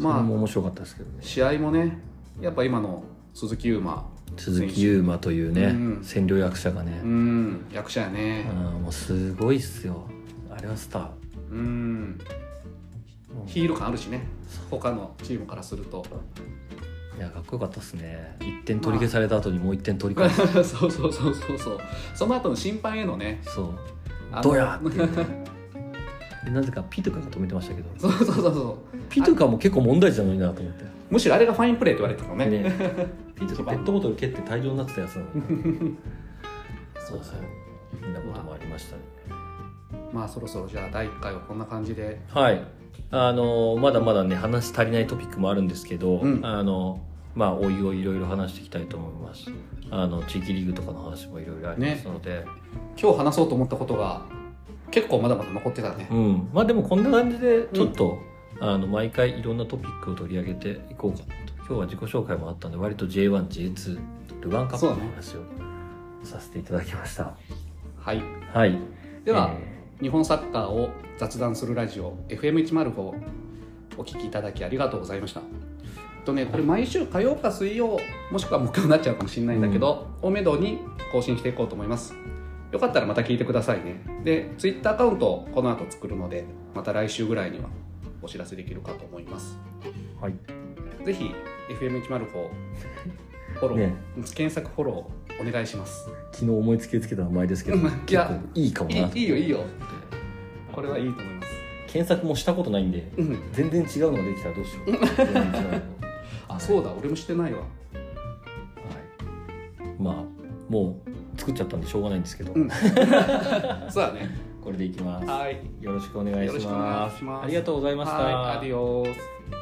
ままああも面白かったですけどね試合もねやっぱ今の鈴木優馬鈴木優馬というね、うんうん占領役者がね、うん役者やねあーもうすごいっすよあれはスターうんうんヒール感あるしね他のチームからするといやかっこよかったっすね1点取り消された後にもう1点取り そう返す、そうそうそうそうその後の審判へのねそうあのどやっていうね でなぜかピトカが止めてましたけどそうそうそうそうピトカも結構問題児なのになと思ってむしろあれがファインプレーって言われてたもんね ね、ピートペットボトル蹴って大量になってたや つなのにそうそうそんなこともありましたねまあそろそろじゃあ第1回はこんな感じではいあのまだまだね話足りないトピックもあるんですけど、うんあのまあおいおいいろいろ話していきたいと思いますあの地域リーグとかの話もいろいろありますので、今日話そうと思ったことが結構まだまだ残ってたねうんまあでもこんな感じでちょっと、あの毎回いろんなトピックを取り上げていこうかなと今日は自己紹介もあったので割と J1J2 ルヴァンカップの話をさせていただきました、はいはいでは、えー日本サッカーを雑談するラジオ FM105 をお聞きいただきありがとうございました。えっとね、これ毎週火曜か水曜もしくは木曜になっちゃうかもしれないんだけど、おめどに更新していこうと思いますよかったらまた聞いてくださいねで Twitter アカウントをこの後作るのでまた来週ぐらいにはお知らせできるかと思います。はい。ぜひ FM105 フォロー、ね検索フォローお願いします。昨日思いつきでつけた名前ですけど、うんい結や構いいかもいなと思っていいいよいいよ。これはいいと思います。検索もしたことないんで、うん。全然違うのができたらどうしよう。全然違うの あそうだ俺もしてないわ。はい、まあもう作っちゃったんでしょうがないんですけど、うんそうだね。これでいきます、はい。よろしくお願いしよろしくお願まいすしますありがとうございました、はい。アディオス。バイ